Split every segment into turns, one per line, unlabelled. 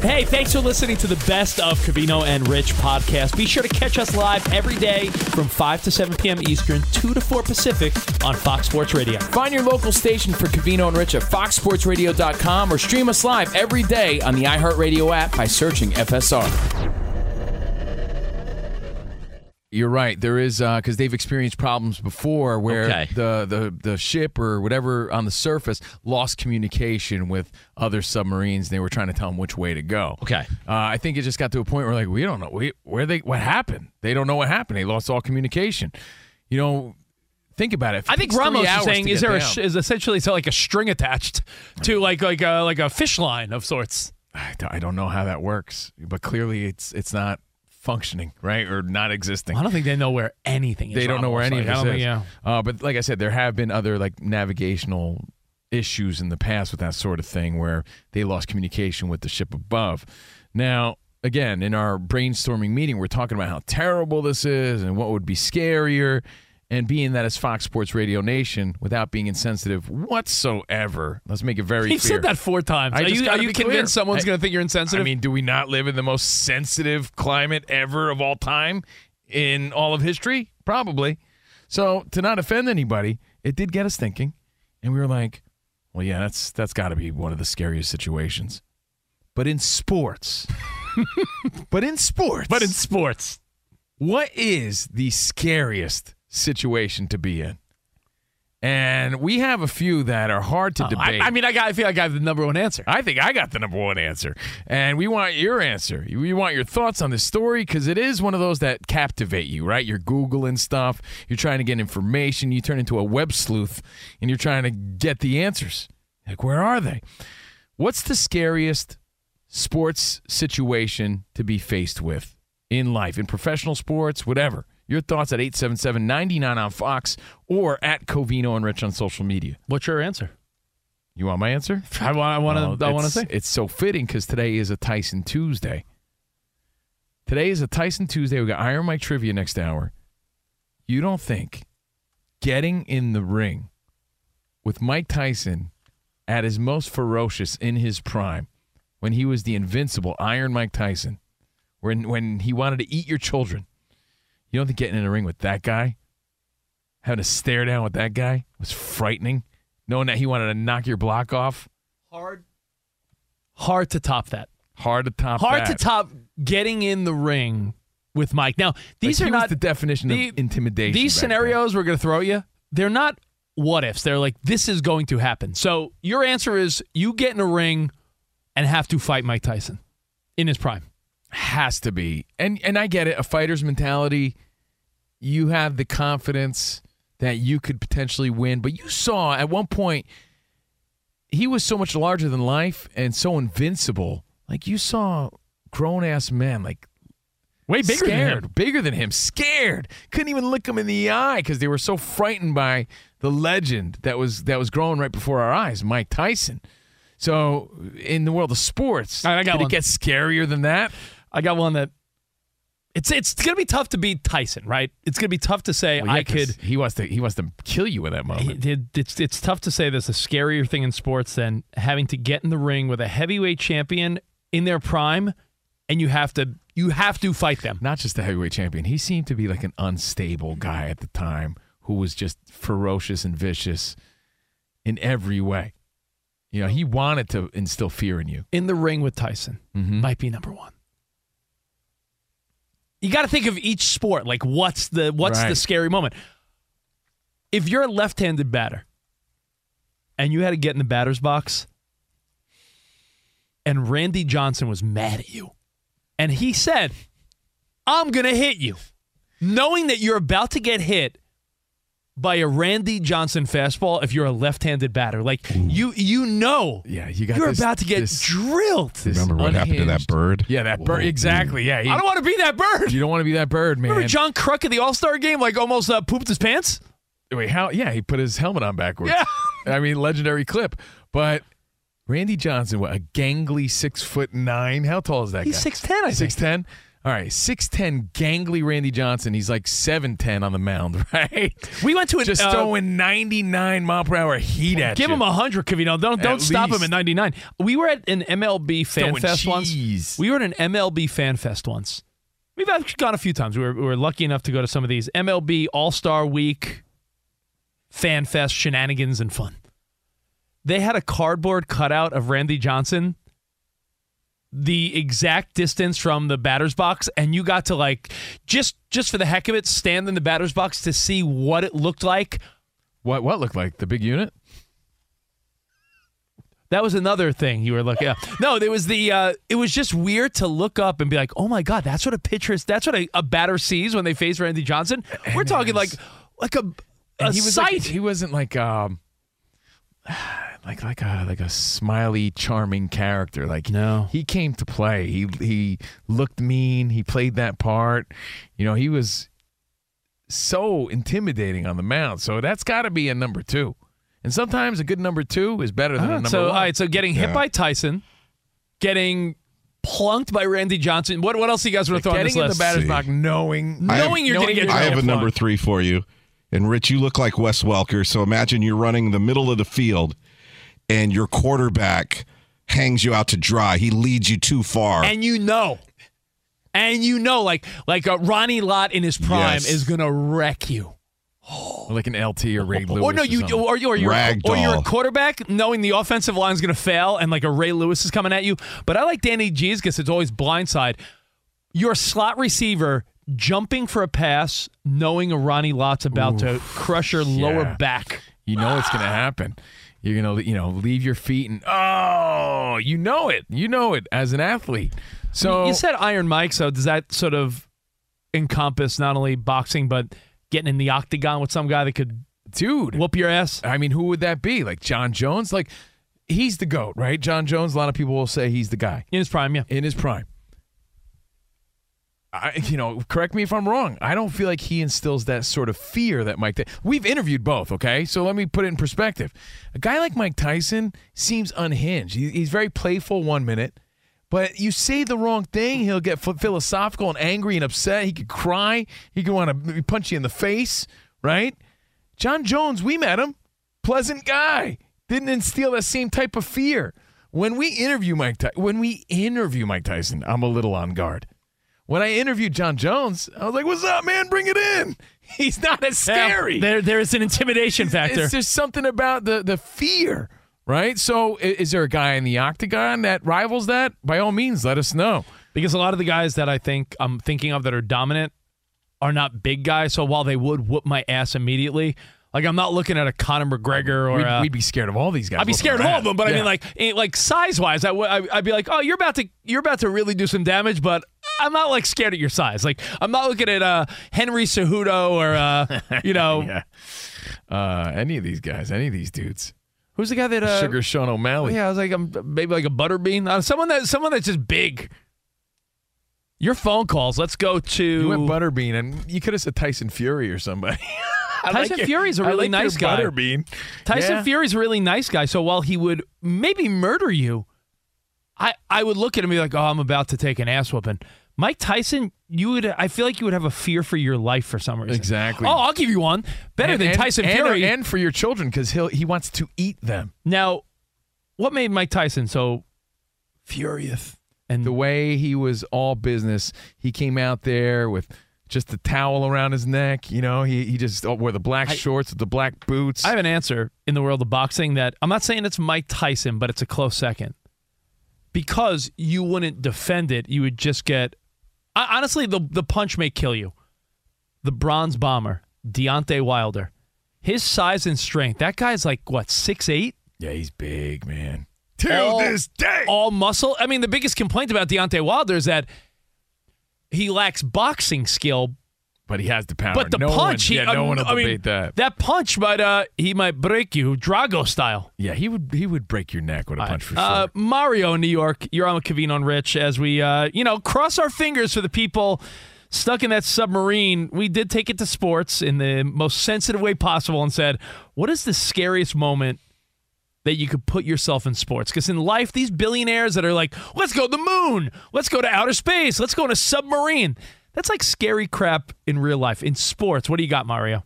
Hey, thanks for listening to the Best of Cavino and Rich podcast. Be sure to catch us live every day from 5 to 7 p.m. Eastern, 2 to 4 Pacific on Fox Sports Radio.
Find your local station for Cavino and Rich at foxsportsradio.com or stream us live every day on the iHeartRadio app by searching FSR. You're right. There is because they've experienced problems before where
Okay.
the, the the ship or whatever on the surface lost communication with other submarines. And they were trying to tell them which way to go.
Okay.
Uh, I think it just got to a point where like we don't know we, where they what happened. They don't know what happened. They lost all communication. You know, think about it. If it
I think
takes three
Ramos is
hours
saying,
to
is
get
there a,
down-
sh- is essentially so like a string attached to like like a, like a fish line of sorts?
I don't- I don't know how that works, but clearly it's it's not functioning right or not existing.
I don't think they know where anything is.
they don't know where
Ramos. Like,
any of this
I don't
is.
think- yeah.
uh, but like I said, there have been other like navigational issues in the past with that sort of thing where they lost communication with the ship above. Now, again, in our brainstorming meeting, we're talking about how terrible this is and what would be scarier. And being that it's Fox Sports Radio Nation, without being insensitive whatsoever, let's make it very
He
clear.
said that four times.
I
Are
just
you, are
gotta
you
be
convinced
clear.
someone's
I-
going to think you're insensitive?
I mean, do we not live in the most sensitive climate ever of all time in all of history? Probably. So to not offend anybody, it did get us thinking, and we were like, "Well, yeah, that's that's got to be one of the scariest situations." But in sports, but in sports,
but in sports,
what is the scariest situation to be in? And we have a few that are hard to
Oh, I,
debate.
I mean, I, got, I feel like I have the number one answer.
I think I got the number one answer. And we want your answer. We want your thoughts on this story because it is one of those that captivate you, right? You're Googling stuff, you're trying to get information, you turn into a web sleuth, and you're trying to get the answers. Like, where are they? What's the scariest sports situation to be faced with in life, in professional sports, whatever? Your thoughts at 877 99 on Fox or at Covino and Rich on social media.
What's your answer?
You want my answer?
I want. I want to. I want to
it's-
say.
it's so fitting because today is a Tyson Tuesday. Today is a Tyson Tuesday. We got Iron Mike trivia next hour. You don't think getting in the ring with Mike Tyson at his most ferocious in his prime, when he was the invincible Iron Mike Tyson, when when he wanted to eat your children, you don't think getting in a ring with that guy, having to stare down with that guy, was frightening, knowing that he wanted to knock your block off.
Hard to top that.
Hard to top.
Hard to
that.
top getting in the ring with Mike. Now these
Like,
are
he was
not
the definition
the-
of intimidation.
These
back
scenarios we're going to throw at you, they're not what ifs. They're like this is going to happen. So your answer is you get in a ring and have to fight Mike Tyson in his prime.
then. has to be, and and I get it. A fighter's mentality. You have the confidence that you could potentially win, but you saw at one point he was so much larger than life and so invincible. Like you saw grown ass men like
Way bigger
scared,
than him.
bigger than him, scared. Couldn't even look him in the eye because they were so frightened by
the legend that was that was growing right before our eyes, Mike Tyson. So in the world of sports,
All right, I got
did it
one.
get scarier than that?
I got one that it's it's gonna be tough to beat Tyson, right? It's gonna be tough to say
Well, yeah,
I
'cause
could.
He wants to. He wants to kill you with that moment.
it- It's it's tough to say there's a scarier thing in sports than having to get in the ring with a heavyweight champion in their prime, and you have to you have to fight them.
Not just the heavyweight champion. He seemed to be like an unstable guy at the time who was just ferocious and vicious in every way. You know, he wanted to instill fear in you.
in the ring with Tyson
Mm-hmm.
might be number one. You got to think of each sport. Like, what's the what's the
Right.
scary moment? If you're a left-handed batter and you had to get in the batter's box, and Randy Johnson was mad at you, and he said, "I'm gonna hit you," knowing that you're about to get hit by a Randy Johnson fastball. If you're a left-handed batter, like you you know
Yeah, you got.
you're
this-
about to get
this-
drilled.
this
Remember what happened to that
unhinged-
bird?
Yeah, that bird. Exactly. Yeah, he-
I don't want to be that bird.
you don't want to be that bird, man.
Remember John Cruck at the All Star game, like almost uh, pooped his pants?
Wait, how? Yeah, he put his helmet on backwards.
Yeah.
I mean, legendary clip. But Randy Johnson, what a gangly six foot nine. How tall is that
He's
guy?
6'10, I think.
Six ten. All right, six ten, gangly Randy Johnson. He's like seven ten on the mound, right?
We went to an
Just
uh,
throwing ninety nine mile per hour heat at
Give
you.
him a hundred, Cavino. Don't don't stop him
least.
at ninety nine. We were at an MLB fan
Throwing
fest once.
cheese.
We were at an MLB fan fest once. We've actually gone a few times. We were, we were lucky enough to go to some of these MLB All Star Week fan fest shenanigans and fun. They had a cardboard cutout of Randy Johnson, the exact distance from the batter's box, and you got to like just just for the heck of it, stand in the batter's box to see what it looked like
What what looked like the big unit?
That was another thing you were looking at. No, there was the. Uh, it was just weird to look up and be like, "Oh my god, that's what a pitcher is. That's what a, a batter sees when they face Randy Johnson." We're
it
talking like,
was-
like a, a
And he was
sight.
Like, he wasn't like um like like a like a smiley, charming character. Like
No.
he came to play. He he looked mean. He played that part. You know, he was so intimidating on the mound. So that's got to be a number two. And sometimes a good number two is better than a
Ah,
number
so
one.
all right, so getting hit
Yeah.
by Tyson, getting plunked by Randy Johnson. What what else do you guys want to throw on this
Getting in the
list?
batter's
See.
box, knowing
I have-
knowing you're going
knowing
to get.
you're
I have a
drilled.
number three for you. And Rich, you look like Wes Welker. So imagine you're running the middle of the field and your quarterback hangs you out to dry. He leads you too far.
and you know. And you know, like like uh, Ronnie Lott in his prime
Yes.
is gonna wreck you.
like an LT or Ray Lewis.
or Oh, no, you
something.
or you or you're or you're a
Ragdoll.
quarterback knowing the offensive line's going to fail and like a Ray Lewis is coming at you. But I like Danny G's because it's always blindside. You're a slot receiver jumping for a pass, knowing a Ronnie Lott's about to crush your lower
yeah.
back.
You know it's going to happen. You're going to, you know, leave your feet and oh, you know it. You know it as an athlete. So
you said Iron Mike, so does that sort of encompass not only boxing but getting in the octagon with some guy that could
dude,
whoop your ass?
I mean, who would that be? Like John Jones? Like he's the goat, right? John Jones, a lot of people will say he's the guy
In his prime, yeah.
in his prime. I, you know, correct me if I'm wrong. I don't feel like he instills that sort of fear that Mike. Ty- We've interviewed both, okay? So let me put it in perspective. A guy like Mike Tyson seems unhinged. He, he's very playful one minute, but you say the wrong thing, he'll get ph- philosophical and angry and upset. He could cry. He could want to punch you in the face, right? John Jones, we met him. Pleasant guy. Didn't instill that same type of fear. When we interview Mike Ty- when we interview Mike Tyson, I'm a little on guard. When I interviewed John Jones, I was like, "What's up, man? Bring it in." He's not as scary.
Yeah, there, there is an intimidation factor.
it's just something about the the fear, right? So, i- is there a guy in the octagon that rivals that? By all means, let us know.
Because a lot of the guys that I think I'm thinking of that are dominant are not big guys. So while they would whoop my ass immediately, like I'm not looking at a Conor McGregor or
We'd,
a,
we'd be scared of all these guys.
I'd be
whooping
scared of
our
all
ass.
of them. But I
Yeah.
mean, like eh, like size wise, I would I- I'd be like, oh, you're about to you're about to really do some damage, but. I'm not like scared at your size. Like I'm not looking at uh, Henry Cejudo or uh, you know
uh, any of these guys, any of these dudes,
who's the guy that uh,
Sugar Sean O'Malley.
Yeah, I was like, I'm maybe like a butterbean. Uh, someone that someone that's just big. Your phone calls. Let's go to
You went Butterbean, and you could have said Tyson Fury or somebody.
Tyson
your-
Fury's a
I
really
like your
nice guy.
Butterbean.
Tyson
Yeah.
Fury's a really nice guy, so while he would maybe murder you, I I would look at him and be like, "Oh, I'm about to take an ass whooping." Mike Tyson, you would I feel like you would have a fear for your life for some reason.
Exactly.
Oh, I'll give you one better
And-
than
and-
Tyson
and-
Fury.
and for your children because he he wants to eat them.
now, what made Mike Tyson so furious? And
the way he was all business. He came out there with just the towel around his neck. You know, he he just oh, wore the black shorts with the black boots.
I have an answer in the world of boxing that I'm not saying it's Mike Tyson, but it's a close second. Because you wouldn't defend it, you would just get. I, honestly, the the punch may kill you. The bronze bomber, Deontay Wilder, his size and strength. That guy's like what six eight,
yeah, he's big, man. To
All-
this day,
all muscle. I mean, the biggest complaint about Deontay Wilder is that he lacks boxing skill,
but he has the power.
but the
Oh, No one-
punch.
yeah,
he,
no one will
I mean,
debate that.
That punch might uh he might break you, Drago style.
Yeah, he would he would break your neck with a punch for sure.
Uh, Mario in New York, you're on with Kavino on Rich as we, uh, you know, cross our fingers for the people stuck in that submarine. We did take it to sports in the most sensitive way possible and said, what is the scariest moment that you could put yourself in sports? Because in life, these billionaires that are like, let's go to the moon, let's go to outer space, let's go in a submarine. That's like scary crap in real life. In sports, what do you got, Mario?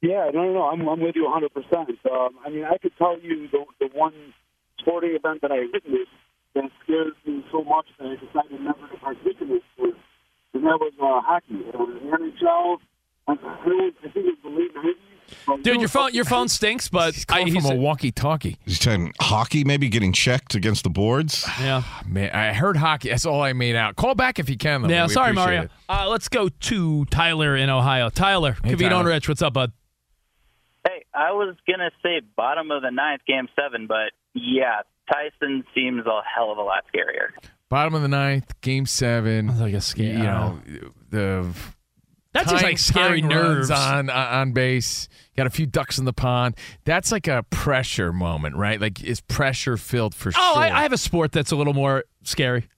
Yeah, no, no, no. I'm, I'm with you 100. percent um, I mean, I could tell you the, the one sporting event that I witnessed that scared me so much that I decided never to participate in it, and that was uh, hockey. Uh, NHL. I, I was- I think it was the late 90s. Um,
Dude, your phone, your phone stinks, but
he's calling
I,
from
he's-
a walkie-talkie.
He's saying hockey maybe getting checked against the boards.
yeah.
Man, I heard hockey. That's all I made out. Call back if you can. Though.
Yeah,
We
sorry,
appreciate
Mario.
it.
Uh, let's go to Tyler in Ohio. Tyler,
Hey,
Kavito and
Tyler.
Rich, what's up, bud?
Hey, I was gonna say bottom of the ninth, game seven, but yeah, Tyson seems a hell of a lot scarier.
Bottom of the ninth, game seven.
like a uh, scare.
You know, the
that's just
tying-
like scary
tying runs
nerves.
on on- on base. Got a few ducks in the pond. That's like a pressure moment, right? Like is pressure filled for
Oh,
sure.
I, I have a sport that's a little more scary.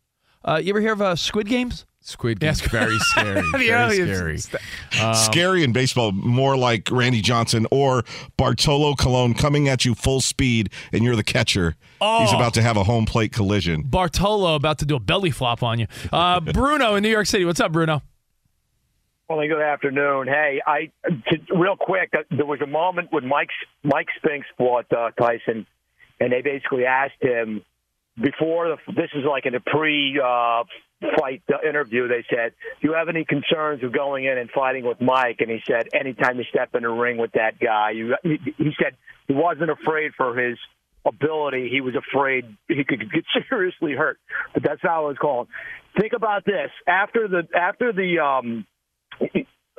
Uh, you ever hear of uh, Squid Games?
Squid Game's very scary. very scary.
Um,
Scary in baseball, more like Randy Johnson or Bartolo Colon coming at you full speed, and you're the catcher.
Oh.
He's about to have a home plate collision.
Bartolo about to do a belly flop on you. Uh, Bruno in New York City, what's up, Bruno?
Well, good afternoon. Hey, I to, real quick. uh, There was a moment when Mike Mike Spinks fought uh, Tyson, and they basically asked him before the, this is like in a pre-fight uh, interview. They said, "Do you have any concerns of going in and fighting with Mike?" And he said, "Anytime you step in the ring with that guy, you, he, he said he wasn't afraid for his." Ability, he was afraid he could get seriously hurt, but that's how it was called. Think about this after the after the um,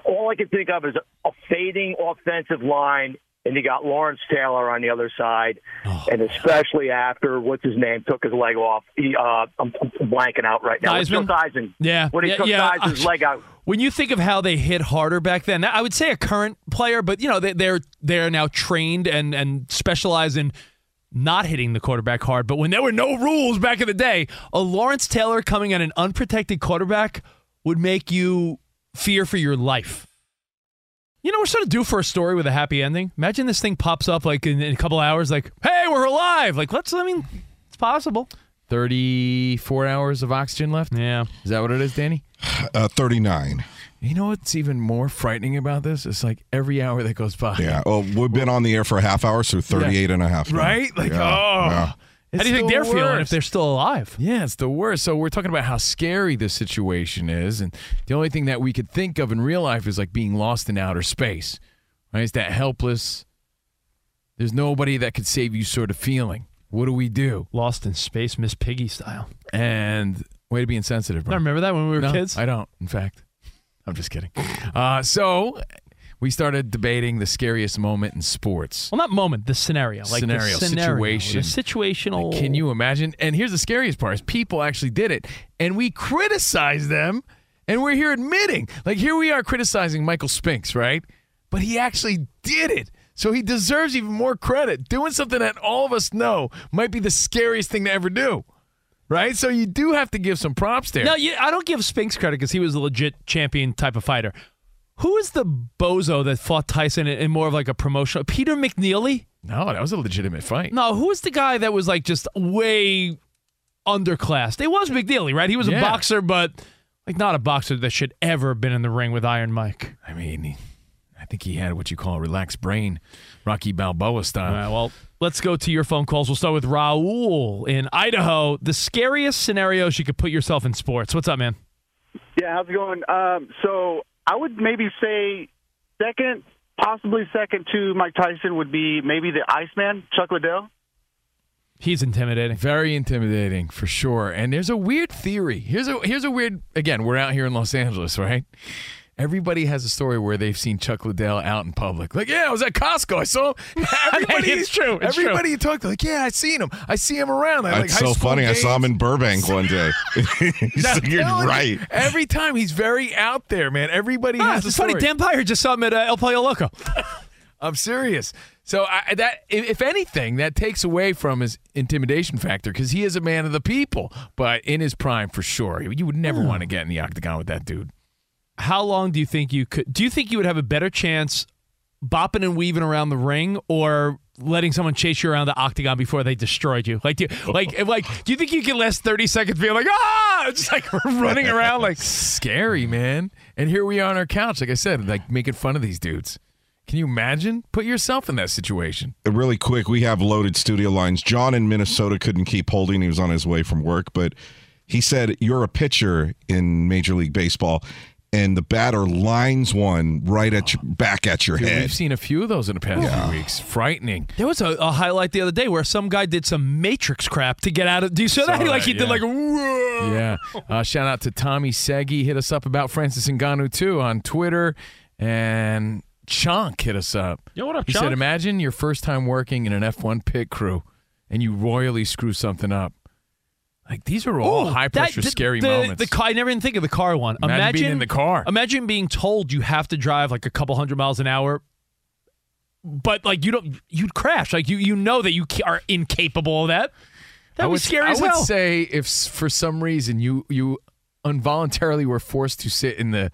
all I can think of is a fading offensive line, and you got Lawrence Taylor on the other side,
Oh,
and especially after what's his name took his leg off. He, uh, I'm, I'm blanking out right now. It's
Theismann?
Phil Theismann.
Yeah.
when he
Yeah,
took
yeah.
Theismann's leg out.
When you think of how they hit harder back then, I would say a current player, but you know they, they're they're now trained and and specialize in not hitting the quarterback hard. But when there were no rules back in the day, a Lawrence Taylor coming at an unprotected quarterback would make you fear for your life. You know, we're sort of due for a story with a happy ending. Imagine this thing pops up like in, in a couple hours, like, "Hey, we're alive!" Like, let's. I mean, it's possible.
Thirty-four hours of oxygen left.
Yeah.
Is that what it is, Danny?
Uh, 39.
You know what's even more frightening about this? It's like every hour that goes by.
Yeah. Oh, we've been on the air for a half hour, so 38 and a half. now.
Right? Like,
Yeah,
oh.
yeah.
It's
How do you think
the
they're feeling if
worst.
they're still alive?
Yeah, it's the worst. So we're talking about how scary this situation is, and the only thing that we could think of in real life is like being lost in outer space. Right? It's that helpless. There's nobody that could save you sort of feeling. What do we do?
Lost in space, Miss Piggy style.
And way to be insensitive,
I
bro.
remember that when we were
No,
kids.
I don't. In fact, I'm just kidding. Uh, so we started debating the scariest moment in sports.
well, not moment, the scenario, like
Scenario,
the scenario,
situation.
the situational.
Can you imagine? And here's the scariest part is people actually did it. And we criticize them and we're here admitting. Like here we are criticizing Michael Spinks, right? But he actually did it. So he deserves even more credit. Doing something that all of us know might be the scariest thing to ever do. Right? So you do have to give some props there.
No, you, I don't give Spinks credit because he was a legit champion type of fighter. Who is the bozo that fought Tyson in, in more of like a promotional? Peter McNeely?
No, that was a legitimate fight.
No, who was the guy that was like just way underclassed? It was McNeely, right? He was
Yeah.
a boxer, but like not a boxer that should ever have been in the ring with Iron Mike.
I mean, he- I think he had what you call a relaxed brain, Rocky Balboa style.
All right, well, let's go to your phone calls. We'll start with Raul in Idaho. The scariest scenarios you could put yourself in sports. What's up, man?
Yeah, how's it going? Um, so I would maybe say second, possibly second to Mike Tyson would be maybe the Iceman, Chuck Liddell.
He's intimidating.
Very intimidating for sure. And there's a weird theory. Here's a here's a weird again, we're out here in Los Angeles, right? Everybody has a story where they've seen Chuck Liddell out in public. Like, yeah, I was at Costco. I saw him. Everybody,
It's true, it's true.
everybody you talk to, like, yeah, I seen him. I see him around. I, like,
That's
high
so
school
funny. I saw him
games.
in Burbank one day.
I'm
You're
telling you,
right.
Every time he's very out there, man. Everybody
Ah,
has a
it's
story.
funny. Dan Byer just saw him at uh, El Pollo Loco.
I'm serious. So I, that, if if anything, that takes away from his intimidation factor because he is a man of the people. But in his prime, for sure, you would never want to get in the octagon with that dude.
how long do you think you could do you think you would have a better chance bopping and weaving around the ring or letting someone chase you around the octagon before they destroyed you like do you, like if, like do you think you could last 30 seconds being like ah just like running around like
Scary, man. And here we are on our couch, like I said, like making fun of these dudes. Can you imagine? Put yourself in that situation.
really quick, we have loaded studio lines. John in Minnesota couldn't keep holding. He was on his way from work, but he said, You're a pitcher in Major League Baseball, and the batter lines one right at your, back at your
Dude,
head.
we've seen a few of those in the past few weeks. Frightening.
there was a, a highlight the other day where some guy did some matrix crap to get out of do you see that
Saw that,
like he
yeah.
did like a, "Whoa."
Yeah. Uh, shout out to Tommy Seggy. Hit us up about Francis Ngannou too on Twitter, and Chonk hit us up.
Yo, what up,
He said,
Chonk?
"Imagine your first time working in an F1 pit crew, and you royally screw something up. Like these are all
Ooh,
high pressure,
Oh, that- the-
scary
the,
moments.
The car, I never even think of the car one.
Imagine being in the car.
Imagine being told you have to drive like a couple hundred miles an hour, but like you don't, you'd crash. Like you, you know that you ca- are incapable of that. That
I
would
would
be scary
I
as
would
hell.
say if s- for some reason you you involuntarily were forced to sit in the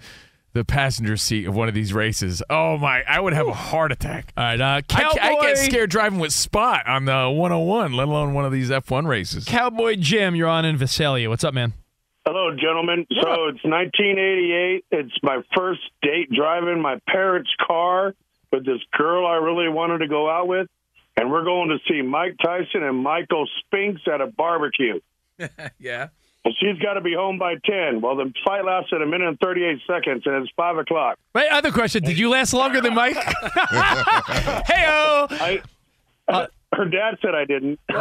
the passenger seat of one of these races, oh my, I would have a heart attack.
All right, uh,
I,
cowboy,
ca- I get scared driving with Spot on the 101, let alone one of these F1 races.
Cowboy Jim, you're on in Visalia. What's up, man?
Hello, gentlemen. So it's 1988. It's my first date driving my parents' car with this girl I really wanted to go out with. And we're going to see Mike Tyson and Michael Spinks at a barbecue.
Yeah.
And she's got to be home by 10. Well, the fight lasted a minute and 38 seconds, and it's 5 o'clock.
Right. Other question: Did you last longer than Mike? Heyo.
I, her dad said I didn't.
All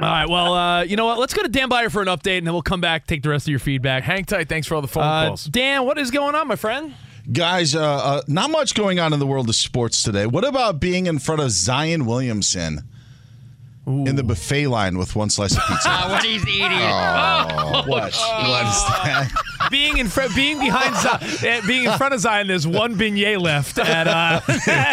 right. Well, uh, you know what? Let's go to Dan Byer for an update, and then we'll come back, take the rest of your feedback.
Hang tight. Thanks for all the phone
Uh,
calls.
Dan, what is going on, my friend?
Guys, uh, uh, not much going on in the world of sports today. What about being in front of Zion Williamson in the buffet line with one slice of pizza? Oh,
what he's eating.
what? What is that?
being in front, being behind, Zi- uh, being in front of Zion. There's one beignet left at uh,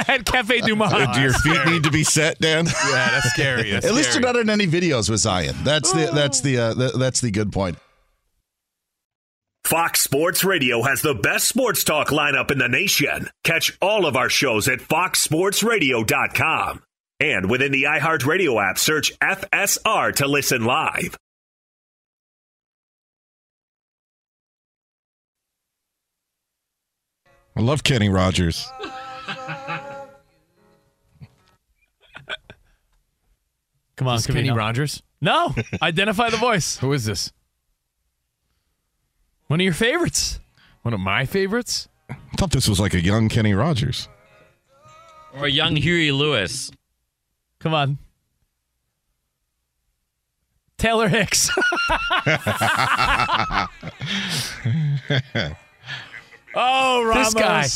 at Cafe Du Monde.
Do your feet need to be set, Dan?
yeah, that's scary. That's
At least you're
scary.
not in any videos with Zion. That's the that's the uh, th- that's the good point.
Fox Sports Radio has the best sports talk lineup in the nation. Catch all of our shows at foxsportsradio.com. And within the iHeartRadio app, search FSR to listen live.
I love Kenny Rogers.
Come on,
Is Kenny
Cavino.
Rogers.
No, identify the voice.
Who is this?
One of your favorites.
One of my favorites?
I thought this was like a young Kenny Rogers.
Or young Huey Lewis.
Come on, Taylor Hicks. oh,
This
Ramos.
guy.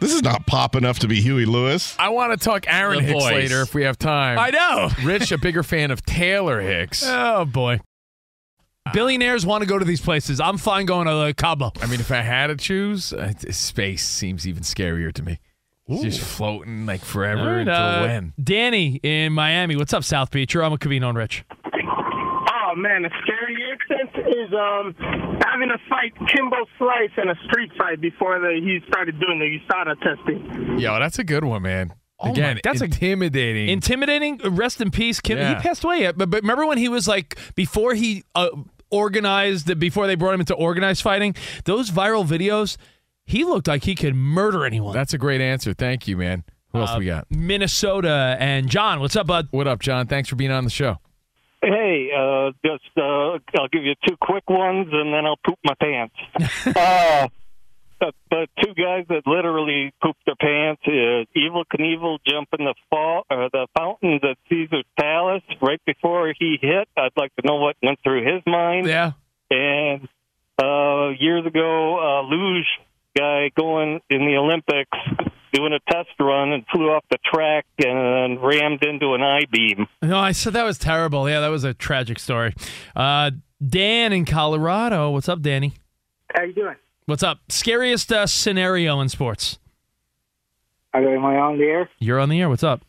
This is not pop enough to be Huey Lewis.
I want to talk Aaron
The
Hicks
voice.
later if we have time.
I know.
Rich, a bigger fan of Taylor Hicks.
Oh boy. Billionaires want to go to these places. I'm fine going to uh, Cabo.
I mean, if I had to choose, uh, t- space seems even scarier to me. It's Just floating like forever
All right,
until
uh,
when?
Danny in Miami. What's up, South Beach? You're on with Cavino and Rich.
Oh, man, the scariest
sense is um, having to fight Kimbo Slice in a street fight before the, he started doing the USADA testing.
Yo, that's a good one, man.
Oh my-
Again, that's
that's a-
intimidating.
Intimidating. Rest in peace, Kim.
Yeah.
He passed away. uh, But, but remember when he was like before he uh, organized before they brought him into organized fighting. Those viral videos. He looked like he could murder anyone.
that's a great answer. Thank you, man. Who else
Uh,
we got?
Minnesota and John. What's up, bud?
What up, John? Thanks for being on the show.
Hey, uh, just uh, I'll give you two quick ones, and then I'll poop my pants. uh, the, the two guys that literally pooped their pants is Evil Knievel jumping the fall or the fountains at Caesar's Palace right before he hit. I'd like to know what went through his mind.
Yeah.
And uh, years ago, uh, luge guy going in the Olympics doing a test run and flew off the track and rammed into an I beam.
No, I said that was terrible. Yeah, that was a tragic story. Uh, Dan in Colorado. What's up, Danny?
How you doing?
What's up? Scariest uh, scenario in sports.
I am I on the air?
You're on the air. What's up?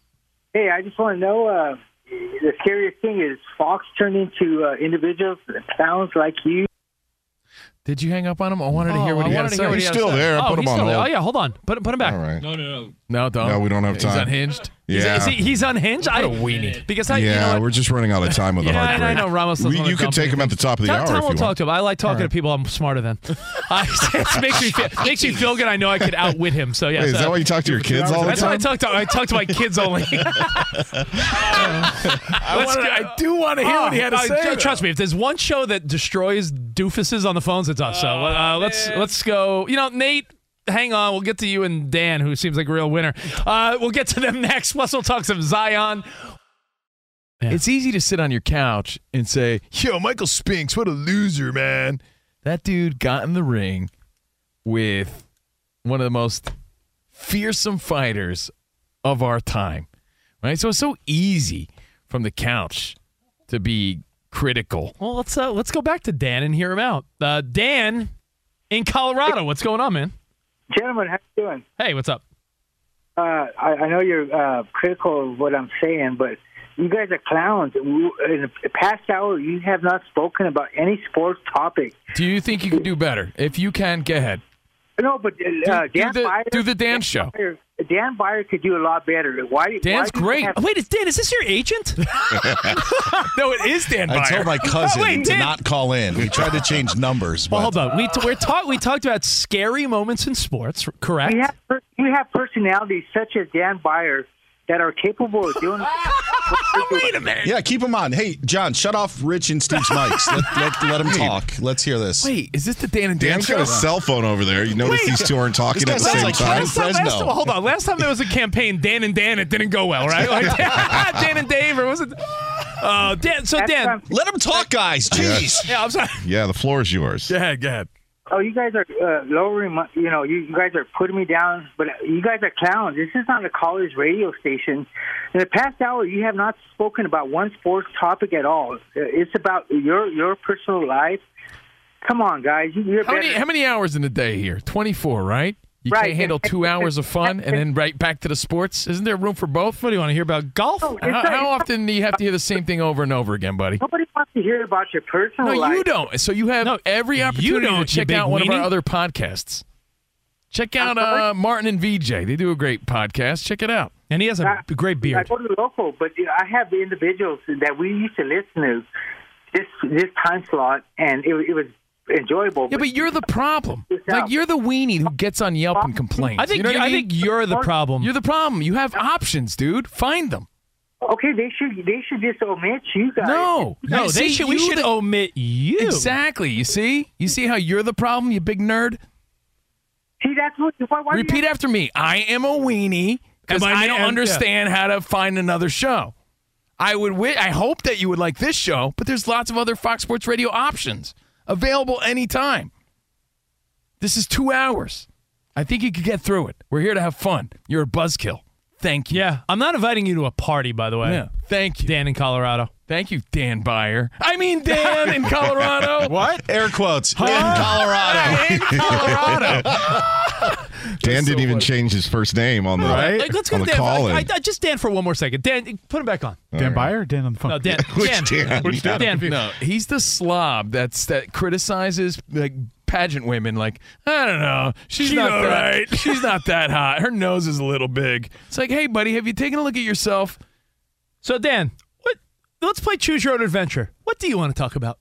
Hey, I just want to know uh, the scariest thing is Fox turned into uh, individuals that sounds like you.
Did you hang up on him? I wanted to hear what
Oh, I
he had
wanted
to
to hear
say.
what he had to say. Oh, he's still there. Oh yeah, hold on. Put put him back.
All right.
No, no, no.
No, don't.
No, we don't have
He's
time.
unhinged.
Yeah.
Is he, he's unhinged. I
What a weenie.
Because I, you know
yeah,
what?
we're just running out of time with the
Yeah, I- I
heartbreak.
know Ramos doesn't
We-
wanna
you could
dump
take him at the top of the
Tom,
hour
Tom
if you
will talk
want.
to him. I like talking to people I'm smarter than. I, it makes me feel, makes me feel good. I know I could outwit him. So yeah.
Wait, is
so-
that why you talk to your kids all the
That's why I
time?
talk to I talk to my kids only.
I, wanted, I do want to hear what he had to
Oh,
say.
tr- Trust me, if there's one show that destroys doofuses on the phones, it's us. So uh, let's let's go. You know, Nate. Hang on, we'll get to you and Dan, who seems like a real winner. Uh, we'll get to them next. Plus, we'll talk some Zion.
It's easy to sit on your couch and say, "Yo, Michael Spinks, what a loser, man." That dude got in the ring with one of the most fearsome fighters of our time. Right? So it's so easy from the couch to be critical.
Well, let's uh, let's go back to Dan and hear him out. Uh, Dan in Colorado, what's going on, man?
Gentlemen, how you doing?
Hey, what's up?
Uh, I, I know you're uh, critical of what I'm saying, but you guys are clowns. In the past hour, you have not spoken about any sports topic.
Do you think you could do better? If you can, go ahead.
No, but uh,
do
Dan
the-
Byer-
do the Dan show.
Byer- Dan Byer could do a lot better. Why?
Dan's
why do you
great.
have-
Oh, Wait, is Dan? Is this your agent?
no, it is Dan
I told my cousin
Oh, wait,
to
Dan-
not call in. We tried to change numbers. But
Well, hold on. We t- we're taught we talked about scary moments in sports, correct?
You have, per- you have personalities such as Dan Byer that are capable of doing. Wait a minute.
Yeah, keep him on. Hey, John, shut off Rich and Steve's mics. Let, let, let him talk. Let's hear this.
Wait, is this the Dan and
Dan's got a cell phone over there. You notice these two aren't talking at the same time.
Last time, last time, hold on. Last time there was a campaign, Dan and Dan, it didn't go well, right? Like, Dan and Dave, or was it? Uh, Dan. So Dan,
let him talk, guys.
Jeez.
Yeah, I'm sorry.
Yeah, the floor is yours.
Yeah, go ahead.
Oh, you guys are uh, lowering my. You know, you, you guys are putting me down. But you guys are clowns. This is not a college radio station. In the past hour, you have not spoken about one sports topic at all. Uh, It's about your your personal life. Come on, guys. You- You're
How
better.
many, how many hours in a day here? 24, right? You
Right,
can't handle
and-
two hours of fun and then right back to the sports. Isn't there room for both? What
do you want to hear about golf?
how, how often do you have to hear the same thing over and over again, buddy?
Nobody wants to hear about your personal
No,
life.
you don't. So you have every opportunity
don't, you
to check
big
out one of our
weenie.
other podcasts. Check out uh, Martin and VJ. They do a great podcast. Check it out.
And he has
Uh,
a great
I go to the local, but you know, I have the individuals that we used to listen to this this time slot, and it, it was enjoyable.
Yeah, but you're the problem. Like you're the weenie who gets on Yelp and complains.
I think
you know what
you- um, I
mean?
think you're the problem.
You're the problem. You have options, dude. Find them.
okay, they should they should just omit you guys.
No,
No,
You see,
they should- we
you
should omit you.
Exactly. You see, you see how you're the problem, you big nerd.
See, that's what. Why, why do you
Repeat after me. I am a weenie because
Am I-
I don't
am-
understand how to find another show. I would. Wi- I hope that you would like this show, but there's lots of other Fox Sports Radio options available anytime. This is two hours. I think you could get through it. We're here to have fun. You're a buzzkill. Thank you.
Yeah, I'm not inviting you to a party, by the way.
Yeah. Thank you,
Dan in Colorado.
Thank you, Dan Byer. I mean, Dan in Colorado.
What? Air quotes. In
Huh?
Colorado.
In Colorado.
Dan didn't even change his first name on the
Like, let's
on
go to
the
Dan.
call
I,
in.
I- just Dan for one more second. Dan, put him back on.
Dan
Byer, Dan on the phone.
No, Dan. Dan.
Which Dan?
Dan.
No, he's the slob that's that criticizes like pageant women. Like I don't know, she's
She's
not
all
that,
right.
She's not that hot. Her nose is a little big. It's like, hey, buddy, have you taken a look at yourself?
So Dan, what? Let's play Choose Your Own Adventure. What do you want to talk about?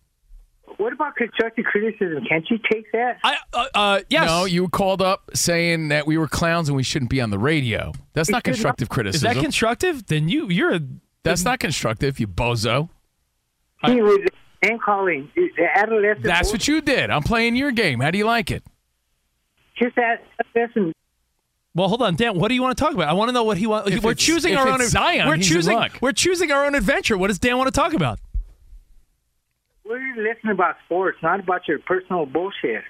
What about constructive criticism? Can't you take that?
I uh, uh yes.
No, you were called up saying that we were clowns and we shouldn't be on the radio. That's
It
not
should not-
constructive
Is that
criticism.
constructive? Then you you're a
that's not constructive. You bozo.
He was name calling. The adolescent.
That's what you did. I'm playing your game. How do you like it?
Just that. Listen.
Well, hold on, Dan. What do you want to talk about? I want to know what he wants.
If
We're
it's-
choosing
if
our own.
it's Zion,
we're
he's in
choosing.
luck.
We're choosing our own adventure. What does Dan want to talk about?
We're listening about sports, not about your personal bullshit.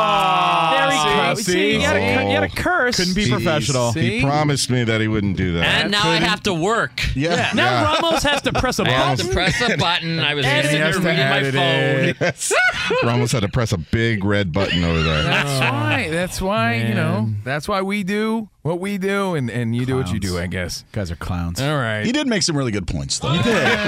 Ah,
see, see,
you had a cu- you had a curse. Couldn't be
He-
professional.
He
See?
promised me that he wouldn't do that.
And now I have
to work.
Yeah.
Now
Yeah.
Ramos has to press a
I
button.
have to press
a button. I was
And
sitting
it-
there reading my phone.
Yes. Ramos had to press a big red button over there.
Oh,
That's why. That's why you know. That's why we do what we do, and and you do what you do. I guess.
guys are clowns.
All right.
He did make some really good points, though. He
Dan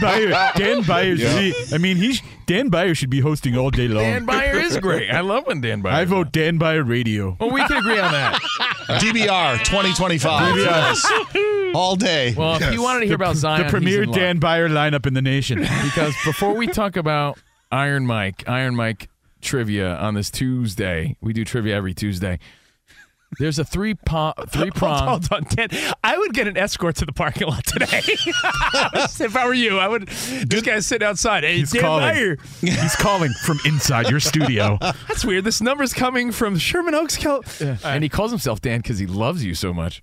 Byer. Dan Byer.
Yeah.
really- I mean, he sh- Dan Byer should be hosting all day long.
Dan Byer is great. I love when Dan Byer.
I vote Dan Byer radio.
Well, we can agree on that.
DBR 2025.
DBR.
All day.
Well, if you wanted to hear
The-
about Zion,
the premier
he's in luck.
Dan Byer lineup in the nation.
because before we talk about Iron Mike, Iron Mike trivia on this Tuesday, we do trivia every Tuesday. There's a three po- three prong.
Hold on, Dan. I would get an escort to the parking lot today. if I were you, I would. This guy's sitting outside. Hey,
He's
Dan
calling.
Byer.
He's calling from inside your studio.
That's weird. This number's coming from Sherman Oaks. Cal-
And he calls himself Dan because he loves you so much.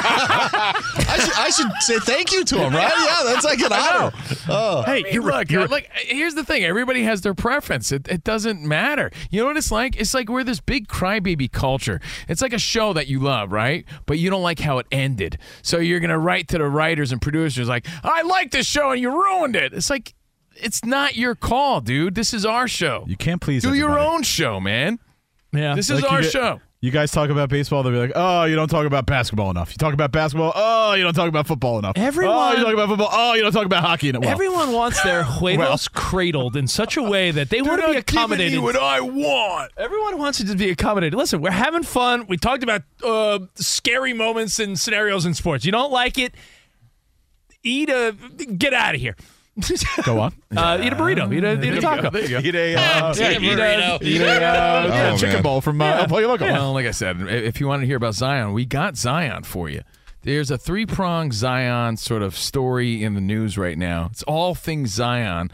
I, should, I should say thank you to him, right? Yeah, that's like an
I know.
honor. Oh.
Hey, you're look, you're like here's the thing. Everybody has their preference. It, it doesn't matter. You know what it's like? It's like we're this big crybaby culture. It's like a show that you love, right? But you don't like how it ended. So you're gonna write to the writers and producers like, I like this show and you ruined it. It's like it's not your call, dude. This is our show.
You can't please
Do your
everybody.
own show, man.
Yeah,
This is
you
our show.
You guys talk about baseball, they'll be like, "Oh, you don't talk about basketball enough. You talk about basketball. Oh, you don't talk about football enough. oh,
Everyone-
you talk about football. Oh, you don't talk about hockey enough." Well,
Everyone wants their huevos cradled in such a way that they want to be accommodated.
want.
Everyone wants to just be accommodated. Listen, we're having fun. We talked about uh, scary moments and scenarios in sports. You don't like it, eat a get out of here.
go on.
Uh, eat a burrito. Eat a, eat
There
a
you
taco.
go. There you go. Eat a, uh,
Yeah, eat a-
eat a, uh, yeah,
Oh,
chicken
man.
ball from uh, El Pollo Loco.
Well, like I said, i- if you want to hear about Zion, we got Zion for you. There's a three pronged Zion sort of story in the news right now. It's all things Zion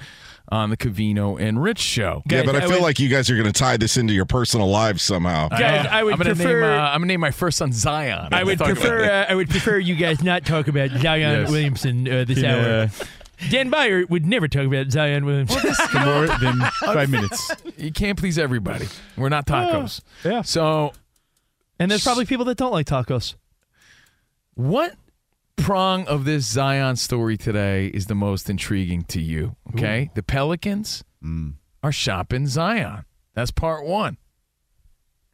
on the Cavino and Rich show.
Yeah, but I feel like you guys are going to tie this into your personal lives somehow.
Guys, I would
am gonna
prefer-
Name, uh, I'm gonna name my first son Zion.
I would
Talk about
prefer.
it.
Uh, I would prefer you guys not talk about Zion
Yes.
Williamson uh, this
Yeah.
hour. Dan Byer would never talk about Zion Williamson.
For more than five minutes.
you can't please everybody. We're not tacos.
Yeah.
So
and there's probably people that don't like tacos.
What prong of this Zion story today is the most intriguing to you? Okay. The Pelicans
Mm.
are shopping Zion. That's part one.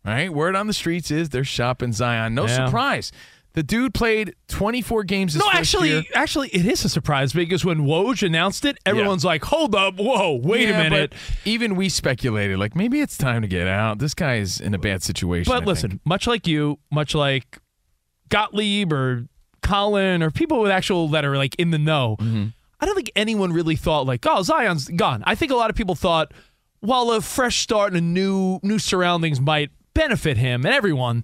All right. Word on the streets is they're shopping Zion. No
Yeah.
surprise. The dude played 24 games this
No,
first
actually,
year.
actually, it is a surprise because when Woj announced it, everyone's like, "Hold up, whoa, wait
Yeah,
a minute."
but even we speculated, like, maybe it's time to get out. This guy is in a bad situation. I
But
think.
listen, much like you, much like Gottlieb or Colin or people with actual that are like in the know,
Mm-hmm.
I don't think anyone really thought like, oh, Zion's gone. I think a lot of people thought, while a fresh start and a new new surroundings might benefit him and everyone,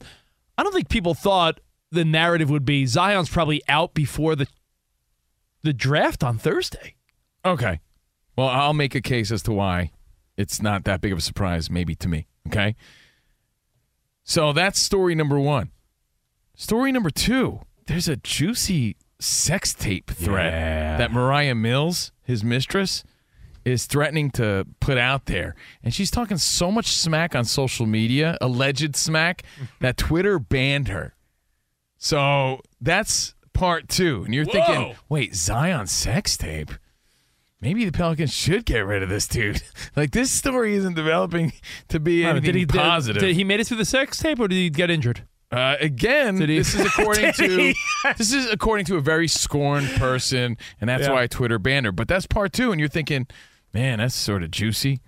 I don't think people thought the narrative would be Zion's probably out before the the draft on Thursday.
Okay. Well, I'll make a case as to why it's not that big of a surprise, maybe to me. Okay. So that's story number one. Story number two there's a juicy sex tape threat that Mariah Mills, his mistress, is threatening to put out there. And she's talking so much smack on social media, alleged smack, that Twitter banned her. So that's part two. And you're
Whoa.
thinking, wait, Zion sex tape? Maybe the Pelicans should get rid of this dude. Like this story isn't developing to be
Wait a minute,
anything
did he did-
positive.
Did, he made it through the sex tape, or did he get injured?
Uh, again,
Did he-
this is according
Did
to
he?
this is according to a very scorned person, and that's
Yeah.
why Twitter banned her. But that's part two, and you're thinking, man, that's sort of juicy.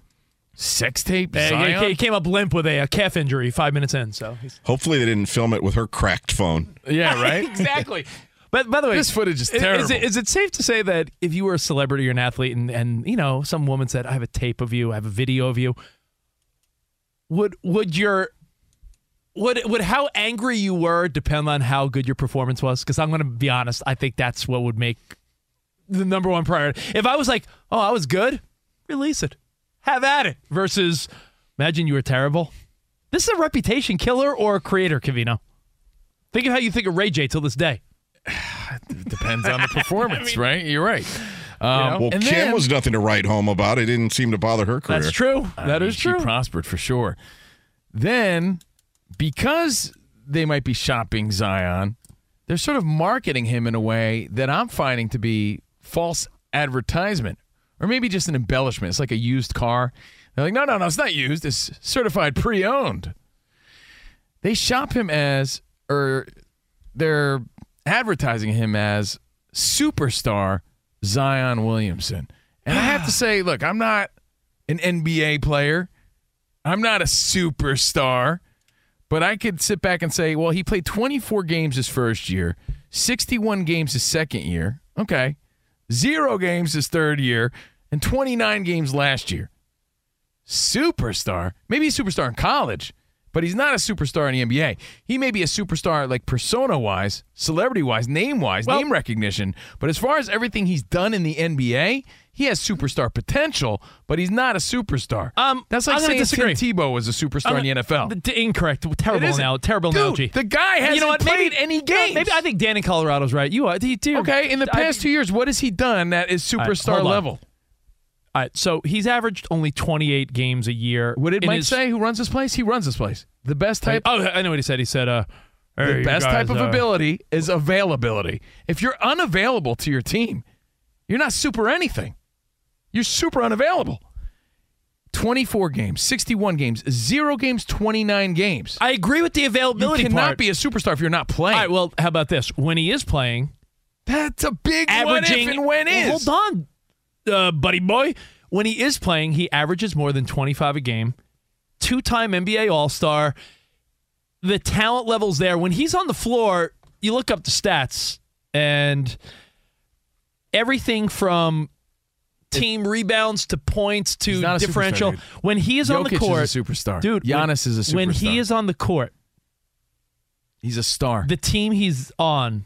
Sex tape,
Uh, he-
Zion?
He came up limp with a, uh calf injury five minutes in. So he's
Hopefully, they didn't film it with her cracked phone.
yeah, right.
exactly. But by the way,
This footage is
i- Is
terrible.
it, is it safe to say that if you were a celebrity or an athlete, and, and you know, some woman said, "I have a tape of you, I have a video of you," would would your would would how angry you were depend on how good your performance was? Because I'm going to be honest, I think that's what would make the number one priority. If I was like, "Oh, I was good," release it, have at it. Versus, imagine you were terrible. This is a reputation killer or a creator, Cavino. Think of how you think of Ray J till this day.
Depends on the performance, right? You're right.
Um,
Um,
well, Kim
and then-
was nothing to write home about. It didn't seem to bother her career.
That's true.
I
That
mean,
is
she
true.
prospered for sure. Then, because they might be shopping Zion, they're sort of marketing him in a way that I'm finding to be false advertisement or maybe just an embellishment. It's like a used car. They're like, no, no, no, it's not used. It's certified pre owned. They shop him as, or they're advertising him as superstar Zion Williamson. And I have to say, look, I'm not an NBA player. I'm not a superstar, but I could sit back and say, well, he played 24 games his first year, 61 games his second year. Okay. Zero games his third year, and 29 games last year. Superstar. Maybe he's a superstar in college, but he's not a superstar in the NBA. He may be a superstar, like persona wise, celebrity wise, name wise, name recognition. But as far as everything he's done in the NBA, he has superstar potential, but he's not a superstar.
Um,
That's like
I'm gonna
saying
disagree.
Tim Tebow was a superstar in the NFL.
D- incorrect. Terrible
It isn't.
analogy. Terrible
Dude,
analogy.
the guy hasn't played any
no,
games.
Maybe I think Dan in Colorado's right. You are. You, do.
Okay, in the
I-
past two years, what has he done that is
All right,
superstar
hold on.
level?
All right, so he's averaged only 28 games a year.
What did
in
Mike
his-
say? Who runs this place? He runs this place. The best type.
oh, I know what he said. He said, uh, "Hey,
the
you
best
guys,
type of
uh,
ability is availability. If you're unavailable to your team, you're not super anything. You're super unavailable. 24 games, 61 games, zero games, 29 games.
I agree with the availability
You cannot
part.
be a superstar if you're not
All
playing.
right, well, how about this? When he is playing,
That's a big
averaging.
what if and when
Well,
is.
hold on, uh, buddy boy. When he is playing, he averages more than 25 a game. Two-time NBA All-Star. The talent level's there. When he's on the floor, you look up the stats and everything from team rebounds to points to
not a superstar,
differential.
dude.
when he is on
Jokic
the
is a
court,
superstar.
dude.
Giannis
when-
is a
When
superstar.
he is on the court,
He's a star.
the team he's on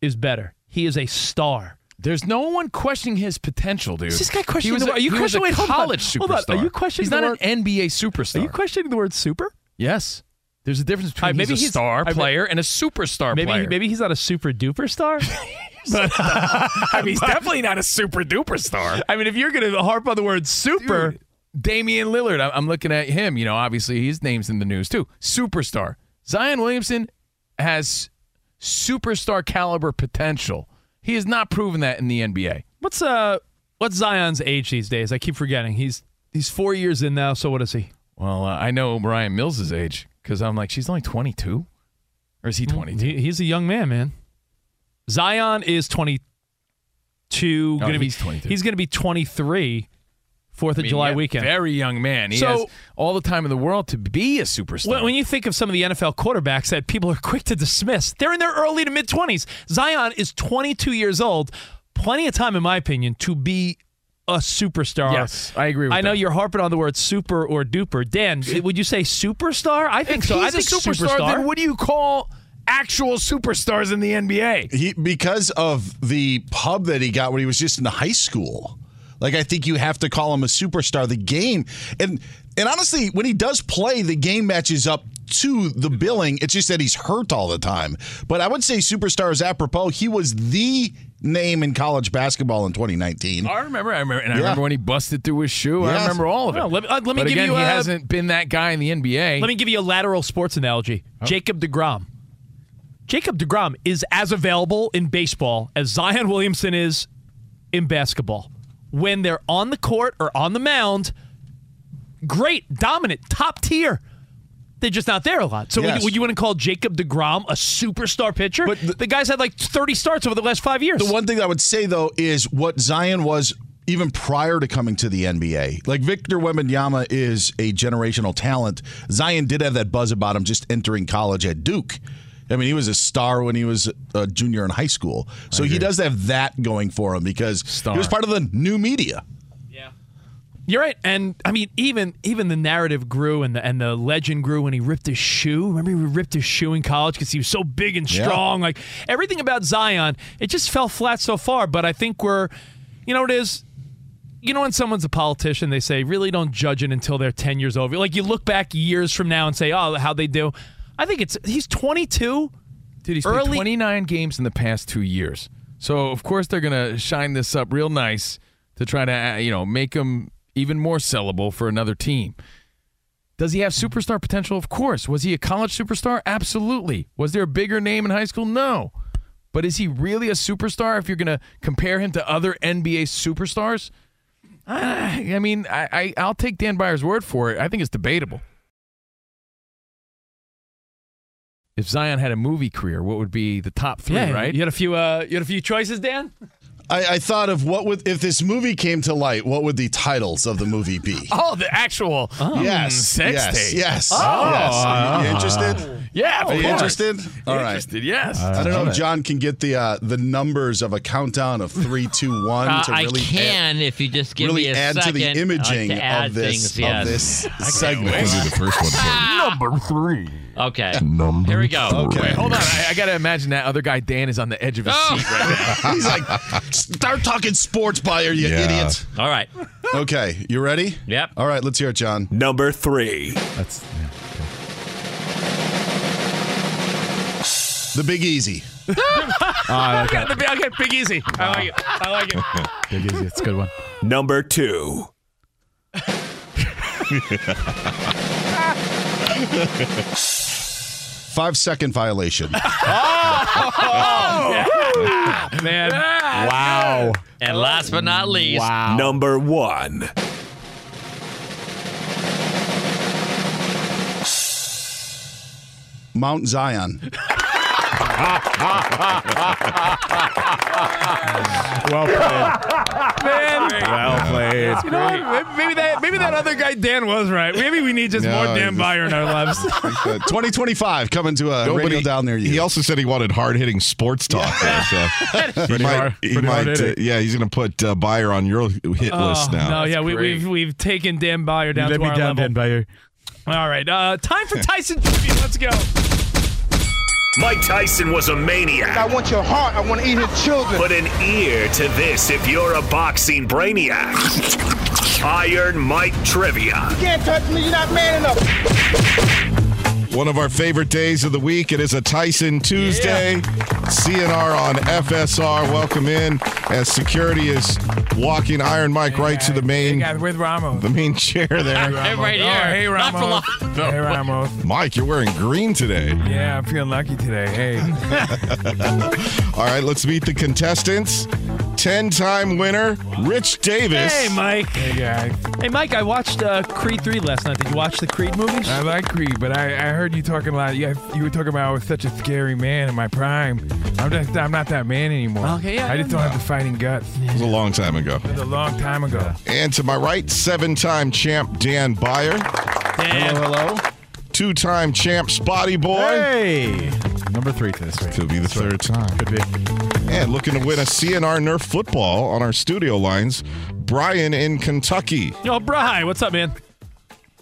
is better. He is a star.
There's no one questioning his potential, dude.
Is this guy
he
questioning
was
the
a,
word? Are you
he was a
questioning? wait, hold on.
college
Hold on.
superstar.
Are you questioning?
He's
the
not
word-
an NBA superstar.
Are you questioning the word super?
yes. There's a difference between
All right,
maybe
maybe
he's a
he's-
star
all right,
player and a superstar
Maybe
player.
maybe he's not a super duper star.
I mean, he's definitely not a super duper star.
I mean, if you're going to harp on the word super,
Dude, Damian Lillard, I- I'm looking at him. You know, obviously his name's in the news too. Superstar. Zion Williamson has superstar caliber potential. He has not proven that in the NBA.
what's uh what's Zion's age these days? I keep forgetting. He's he's four years in now. So what is he?
Well, uh, I know Brian Mills' age because I'm like, she's only 22, or is he
Mm-hmm.
22?
He- he's a young man, man. Zion is 22.
No,
gonna be,
Oh, he's 22.
He's going to be 23 Fourth
I
of
mean,
July
yeah,
weekend.
Very young man. He
So-
has all the time in the world to be a superstar.
When, when you think of some of the NFL quarterbacks that people are quick to dismiss, they're in their early to mid 20s. Zion is 22 years old. Plenty of time, in my opinion, to be a superstar.
Yes, I agree with
I know
that.
you're harping on the word super or duper. Dan, would you say superstar? I think
if
so. I
he's
think
a superstar, then what do you call actual superstars in the NBA?
He because of the pub that he got when he was just in high school. Like I think you have to call him a superstar. The game and and honestly, when he does play, the game matches up to the billing. It's just that he's hurt all the time. But I would say superstar is apropos. He was the name in college basketball in 2019.
I remember, I remember, and I
Yeah.
remember when he busted through his shoe. I
Yes.
remember all of it.
No, let me- uh, let me
but
give
again,
you,
he
uh,
hasn't been that guy in the NBA.
Let me give you a lateral sports analogy. Jacob DeGrom. Jacob DeGrom is as available in baseball as Zion Williamson is in basketball. when they're on the court or on the mound, great, dominant, top tier. They're just not there a lot. So would,
Yes.
you, would you want to call Jacob DeGrom a superstar pitcher? But the, guy's had like 30 starts over the last five years.
The one thing I would say though is what Zion was even prior to coming to the NBA. Like Victor Wembanyama is a generational talent. Zion did have that buzz about him just entering college at Duke. I mean, he was a star when he was a junior in high school. So he does have that going for him because he was part of the new media.
You're right, and I mean, even even the narrative grew, and the and the legend grew when he ripped his shoe. Remember, he ripped his shoe in college because he was so big and
Yeah.
strong. Like everything about Zion, it just fell flat so far. But I think we're, you know, what it is. You know, when someone's a politician, they say really don't judge it until they're ten years over. Like you look back years from now and say, oh, how they do. I think it's he's 22.
Dude, he's
Early-
played 29 games in the past two years. So, of course, they're going to shine this up real nice to try to, uh, you know, make him even more sellable for another team. Does he have superstar potential? Of course. Was he a college superstar? Absolutely. Was there a bigger name in high school? No. But is he really a superstar if you're going to compare him to other NBA superstars? Ah, I mean, I, I, I'll take Dan Byers' word for it. I think it's debatable. If Zion had a movie career, what would be the top three,
Yeah,
right?
You had a few. Uh, you had a few choices, Dan.
I, I thought of what would if this movie came to light, what would the titles of the movie be?
Oh, the actual hmm,
yes,
sex
yes,
tape.
yes,
Oh.
yes. Are you interested?
Yeah, of
Are you
course.
interested? All right.
Interested, yes.
I don't know
Love
if
it.
John can get the uh, the numbers of a countdown of three, two, one
Uh,
to
I
really
can
add,
if you just give
really
me a
add
second.
to the imaging
I like to add
of this
things, yes.
of this segment.
wait. I'll do the first one
Number three.
Okay.
Number
Here we go.
Wait, hold on. I, I got to imagine that other guy, Dan, is on the edge of his
Oh.
seat right now.
He's like, start talking sports, buyer, you
Yeah.
idiot.
All right.
Okay, you ready?
Yep.
All right, let's hear it, John.
Number three.
That's the Big Easy.
I got the, I got Big Easy. I like it. I like it.
Big Easy. It's a good one.
Number two.
Five second violation.
Man.
Wow.
And last but not least,
Number one.
Mount Zion.
Well played.
Man.
Well played.
You know what? Maybe that maybe that other guy Dan was right. Maybe we need just
No,
more Dan
just-
Byer in our lives.
2025 uh, coming to a
Nobody-
radio down near you.
He also said he wanted hard hitting sports talk. there, so he
Pretty
might,
hard-
he
pretty
might,
hard-hitting.
uh, yeah, he's going to put uh, Buyer on your hit list now.
No, yeah, we, we've we've taken Dan Byer down
let
to
me
our
down, Dan
level.
Byer.
All right, uh, time for Tyson trivia. Let's go.
Mike Tyson was a maniac. I want your heart. I want to eat his children. Put an ear to this if you're a boxing brainiac. Iron Mike Trivia.
can't touch me. You're not man enough.
One of our favorite days of the week. It is a Tyson Tuesday. CNR on FSR. Welcome in as security is walking Iron Mike right to the main
with Ramos.
the main chair there.
right here.
hey,
Not for
Ramos. Hey, Ramos.
Mike, you're wearing green today.
Yeah, I'm feeling lucky today. Hey.
All right, let's meet the contestants. 10 time winner, Rich Davis.
Hey, Mike.
hey, guys.
Hey, Mike. I watched uh, Creed three last night. Did you watch the Creed movies?
I like Creed, but I, I heard you talking a lot. You, you were talking about I was such a scary man in my prime. I'm just I'm not that man anymore.
Okay, yeah,
I just
yeah.
don't have the fighting guts.
It was a long time ago.
It was a long time ago.
And to my right, seven time champ Dan Byer.
Dan.
Hello, hello.
Two time champ Spotty Boy.
Hey. Number three to this week.
Could be the third time.
Could be.
And looking to win a CNR Nerf football on our studio lines, Brian in Kentucky.
Yo, Bry, what's up, man?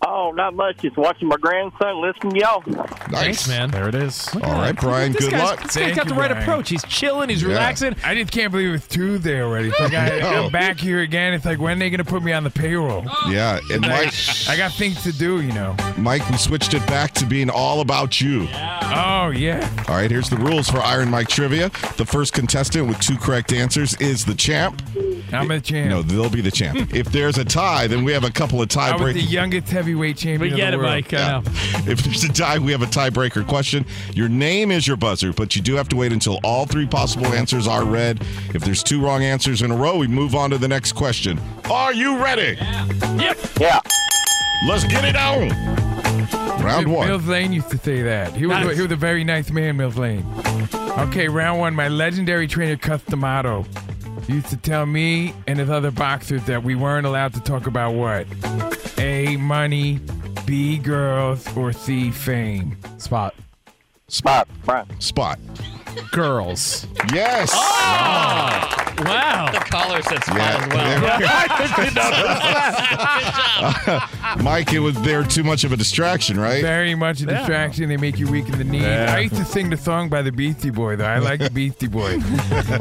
Oh, not much. Just watching my grandson. Listen, to y'all.
Nice.
man.
There it is.
All right, Brian,
This
good
guy's,
luck.
This guy's
Thank
got
you,
the right
Brian.
approach. He's chilling. He's
Yeah.
relaxing.
I just can't believe it's Tuesday already. It's like I,
No.
I'm back here again. It's like when are they gonna put me on the payroll?
Oh,
Yeah, and Mike,
I got things to do, you know.
Mike, we switched it back to being all about you.
Oh yeah.
All right, here's the rules for Iron Mike Trivia. The first contestant with two correct answers is the champ.
I'm the champ.
No, they'll be the champ. if there's a tie, then we have a couple of
I was the
tiebreakers.
youngest heavyweight champion. of the world.
If there's a tie, we have a tiebreaker question. Your name is your buzzer, but you do have to wait until all three possible answers are read. If there's two wrong answers in a row, we move on to the next question. Are you ready?
Yep.
Yeah. Let's get it on. Round
Mil-
one.
Mills Lane used to say that. He was,
Nice.
he was a very nice man, Mills Lane. Okay, round one. My legendary trainer, Customato, used to tell me and his other boxers that we weren't allowed to talk about what? A, money, B, girls, or C, fame. Spot.
Spot. Spot.
Girls.
Yes.
Wow.
The caller said smile
Yeah,
as well.
there we Mike, it was there too much of a distraction, right?
Very much a distraction. They make you weak in the knees.
Yeah.
I used to sing the song by the Beastie Boy, though. I like the Beastie Boy.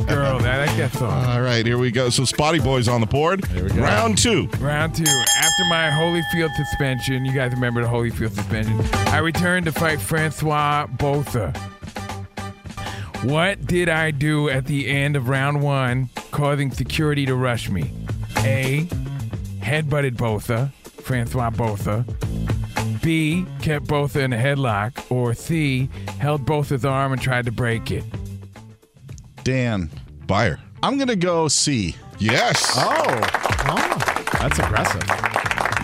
Girls, I like that song.
All right, here we go. So Spotty Boy's on the board. Here we go. Round two.
Round two. After my Holyfield suspension, you guys remember the Holyfield suspension, I returned to fight Francois Botha. What did I do at the end of round one, causing security to rush me? A. Headbutted Botha, Francois Botha. B. Kept Botha in a headlock. Or C. Held Botha's arm and tried to break it.
Dan.
Buyer.
I'm going to go C.
Yes.
Oh.
That's aggressive.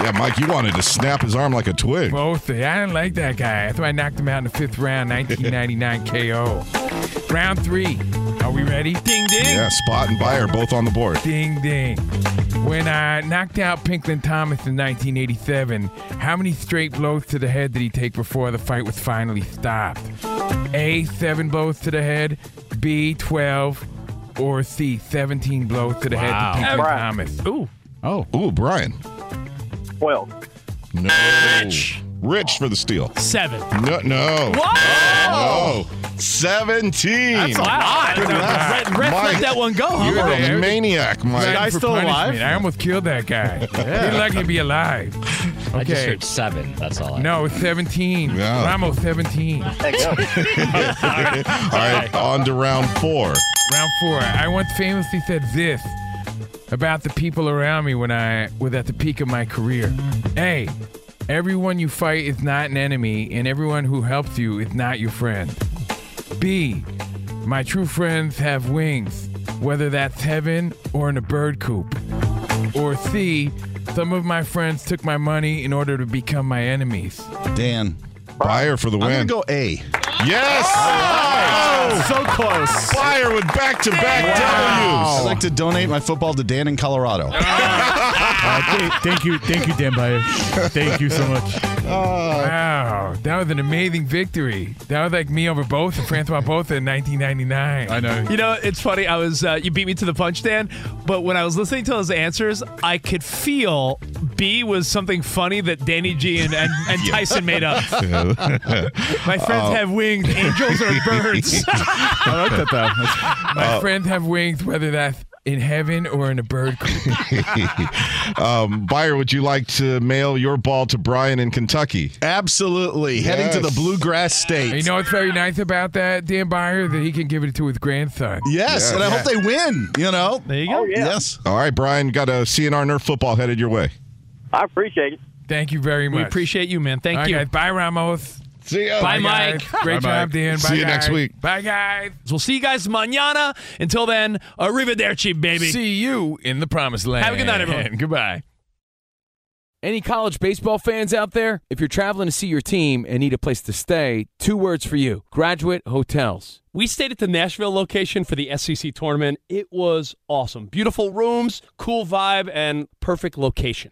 Yeah, Mike, you wanted to snap his arm like a twig.
Both. I didn't like that guy. That's why I knocked him out in the fifth round, 1999 KO. Round three. Are we ready? Ding, ding.
Yeah, Spot and Buyer both on the board.
Ding, ding. When I knocked out Pinklin Thomas in 1987, how many straight blows to the head did he take before the fight was finally stopped? A, seven blows to the head. B, 12. Or C, 17 blows to the head to
Wow.
Pinklin
Bruh.
Thomas.
Ooh.
Oh. Ooh, Brian.
Twelve.
No. Rich. Rich for the steal.
Seven.
No, no.
Whoa!
No. 17.
That's a lot.
Good
Red-
enough.
Red let
Mike,
that one go, huh?
You're
Mike?
a maniac, Mike.
Thank you for punishment. I almost killed that guy.
Yeah.
He's lucky to be alive. Okay.
I just heard seven. That's all. I
No, 17.
Yeah.
Ramos, 17.
All right, on to round four.
Round four. I once famously said this about the people around me when I was at the peak of my career. A. Everyone you fight is not an enemy, and everyone who helps you is not your friend. B. My true friends have wings, whether that's heaven or in a bird coop. Or C. Some of my friends took my money in order to become my enemies.
Dan.
Buyer for the
I'm
win.
gonna
go A.
Yes.
so close.
Buyer with back to back
I'd
W's.
like to donate my football to Dan in Colorado.
Uh, th- thank you, thank you, Dan Bayer. Thank you so much.
Wow, that was an amazing victory. That was like me over both and Francois Botha in 1999. I know.
You know, it's funny. I was uh, you beat me to the punch, Dan. But when I was listening to those answers, I could feel B was something funny that Danny G and, and, and
Yeah.
Tyson made up. My friends
Uh,
have wings. Angels are birds.
I like that though.
My
Uh,
friends have wings, whether that's in heaven or in a bird coop.
um, Buyer, would you like to mail your ball to Brian in Kentucky?
Absolutely. Heading to the
Yes.
Bluegrass State.
you know what's very nice about that, Dan Byer? That he can give it to his grandson.
Yes, and I hope they win. You know,
there you go.
Yes,
All right, Brian, got a CNR Nerf football headed your way.
I appreciate it.
Thank you very much.
We appreciate you, man. Thank
All right,
you.
guys. Bye, Ramos.
See ya.
Bye,
guys.
Mike.
Great
Bye,
job,
Mike.
Dan. Bye,
See you next
guys.
week.
Bye, guys.
We'll see you guys mañana. Until then, arrivederci, baby.
See you in the promised land.
Have a good night, everyone.
Goodbye.
Any college baseball fans out there? If you're traveling to see your team and need a place to stay, two words for you graduate hotels.
We stayed at the Nashville location for the SEC tournament. It was awesome. Beautiful rooms, cool vibe, and perfect location.